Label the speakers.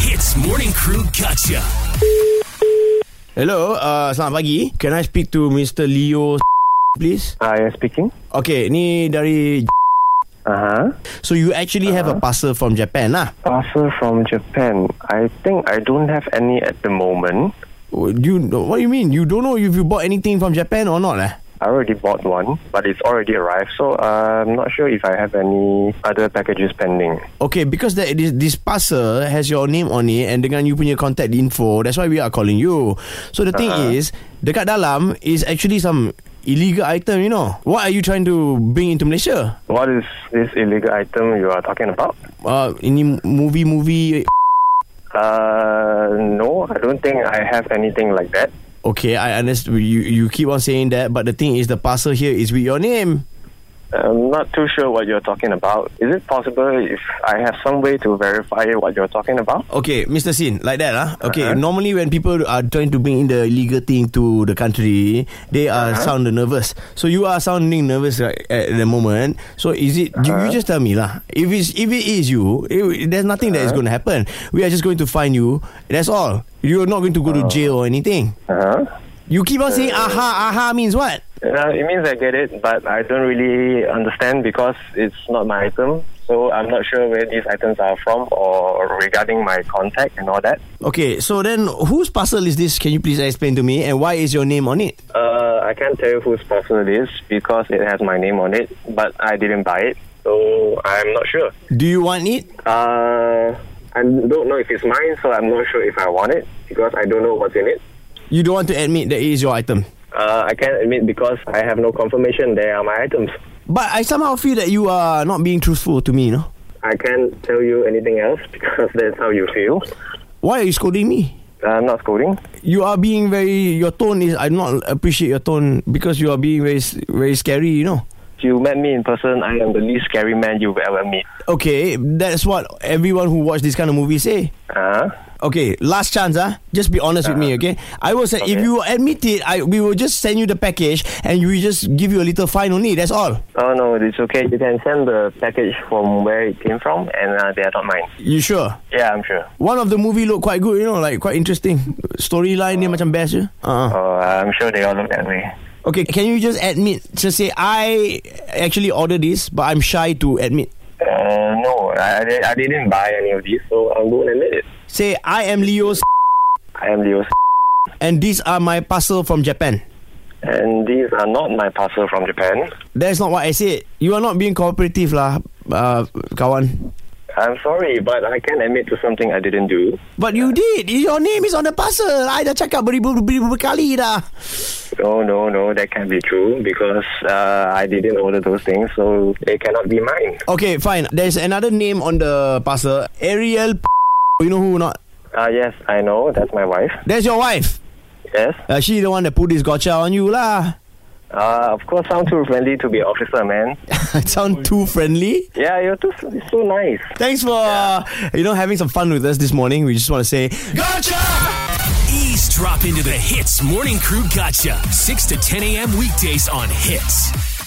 Speaker 1: Hits Morning Crew Gotcha.
Speaker 2: Hello, uh, selamat pagi. Can I speak to Mr. Leo please?
Speaker 3: Ah, yeah, speaking.
Speaker 2: Okay, ni dari
Speaker 3: Uh huh.
Speaker 2: So you actually have a parcel from Japan lah.
Speaker 3: Parcel from Japan. I think I don't have any at the moment.
Speaker 2: Oh, Do you know, what do you mean? You don't know if you bought anything from Japan or not eh?
Speaker 3: I already bought one, but it's already arrived, so uh, I'm not sure if I have any other packages pending.
Speaker 2: Okay, because that this, this parcel has your name on it and dengan you punya contact info, that's why we are calling you. So the thing
Speaker 3: Uh-huh.
Speaker 2: is, dekat dalam is actually some illegal item, you know. What are you trying to bring into Malaysia?
Speaker 3: What is this illegal item you are talking about?
Speaker 2: Uh, ini movie-movie
Speaker 3: Uh, no, I don't think I have anything like that.
Speaker 2: Okay, I understand. You you keep on saying that, but the thing is, the parcel here is with your name.
Speaker 3: I'm not too sure what you're talking about. Is it possible if I have some way to verify what you're talking about?
Speaker 2: Okay, Mr. Sin, like that, ah. Okay,
Speaker 3: Uh-huh.
Speaker 2: normally when people are trying to bring in the illegal thing to the country, they are sound nervous. So you are sounding nervous right, at the moment. So is it? You, you just tell me lah. If it's if it is you, it, there's nothing that is going to happen. We are just going to find you. That's all. You're not going to go to jail or anything.
Speaker 3: Uh-huh.
Speaker 2: You keep on saying aha aha means what?
Speaker 3: Uh, it means I get it, but I don't really understand because it's not my item. So I'm not sure where these items are from or regarding my contact and all that.
Speaker 2: Okay, so then whose parcel is this? Can you please explain to me? And why is your name on it?
Speaker 3: Uh, I can't tell you whose parcel it is because it has my name on it, but I didn't buy it. So I'm not sure.
Speaker 2: Do you want it?
Speaker 3: Uh, I don't know if it's mine, so I'm not sure if I want it because I don't know what's in it.
Speaker 2: You don't want to admit that it is your item.
Speaker 3: Uh, I can't admit because I have no confirmation they are my items.
Speaker 2: But I somehow feel that you are not being truthful to me, you know?
Speaker 3: I can't tell you anything else because that's how you feel.
Speaker 2: Why are you scolding me?
Speaker 3: Uh, I'm not scolding.
Speaker 2: You are being very. Your tone is. I do not appreciate your tone because you are being very, s- very scary. You know.
Speaker 3: If you met me in person, I am the least scary man you've ever met.
Speaker 2: Okay, that's what everyone who watch this kind of movie say.
Speaker 3: Uh,
Speaker 2: Okay, last chance, ah. Just be honest with me, okay? I will say if
Speaker 3: Okay.
Speaker 2: you admit it, I we will just send you the package and we just give you a little fine only. That's all.
Speaker 3: oh no, it's okay. You can send the package from where it came from, and uh, they are not mine.
Speaker 2: You sure?
Speaker 3: Yeah, I'm sure.
Speaker 2: One of the movie look quite good, you know, like quite interesting. Storyline dia macam best je. Uh-huh.
Speaker 3: Oh, I'm sure they all look that way.
Speaker 2: Okay, can you just admit, just say, I actually ordered this, but I'm shy to admit.
Speaker 3: Uh, no, I, I di- I didn't buy any of these, so I won't admit it.
Speaker 2: Say, I am Leo's
Speaker 3: I am Leo,
Speaker 2: and these are my parcel from Japan.
Speaker 3: and these are not my parcel from Japan.
Speaker 2: That's not what I said. You are not being cooperative lah, uh, kawan.
Speaker 3: I'm sorry, but I can admit to something I didn't do.
Speaker 2: But you did. Your name is on the parcel. I dah cakap beribu-beribu kali dah.
Speaker 3: No, no, no, that can't be true because uh, I didn't order those things, so they cannot be mine.
Speaker 2: Okay, fine. There's another name on the parcel. Ariel You know who or not?
Speaker 3: Uh, yes, I know. That's my wife.
Speaker 2: That's your wife.
Speaker 3: Yes.
Speaker 2: Uh, she the one that put this gotcha on you lah.
Speaker 3: Uh, of course, sound too friendly to be officer, man.
Speaker 2: Sound too friendly?
Speaker 3: Yeah, you're too you're so nice.
Speaker 2: Thanks for uh, you know having some fun with us this morning. We just want to say gotcha.
Speaker 1: Ease drop into the Hits Morning Crew Gotcha. 6 to 10 a.m. weekdays on Hits.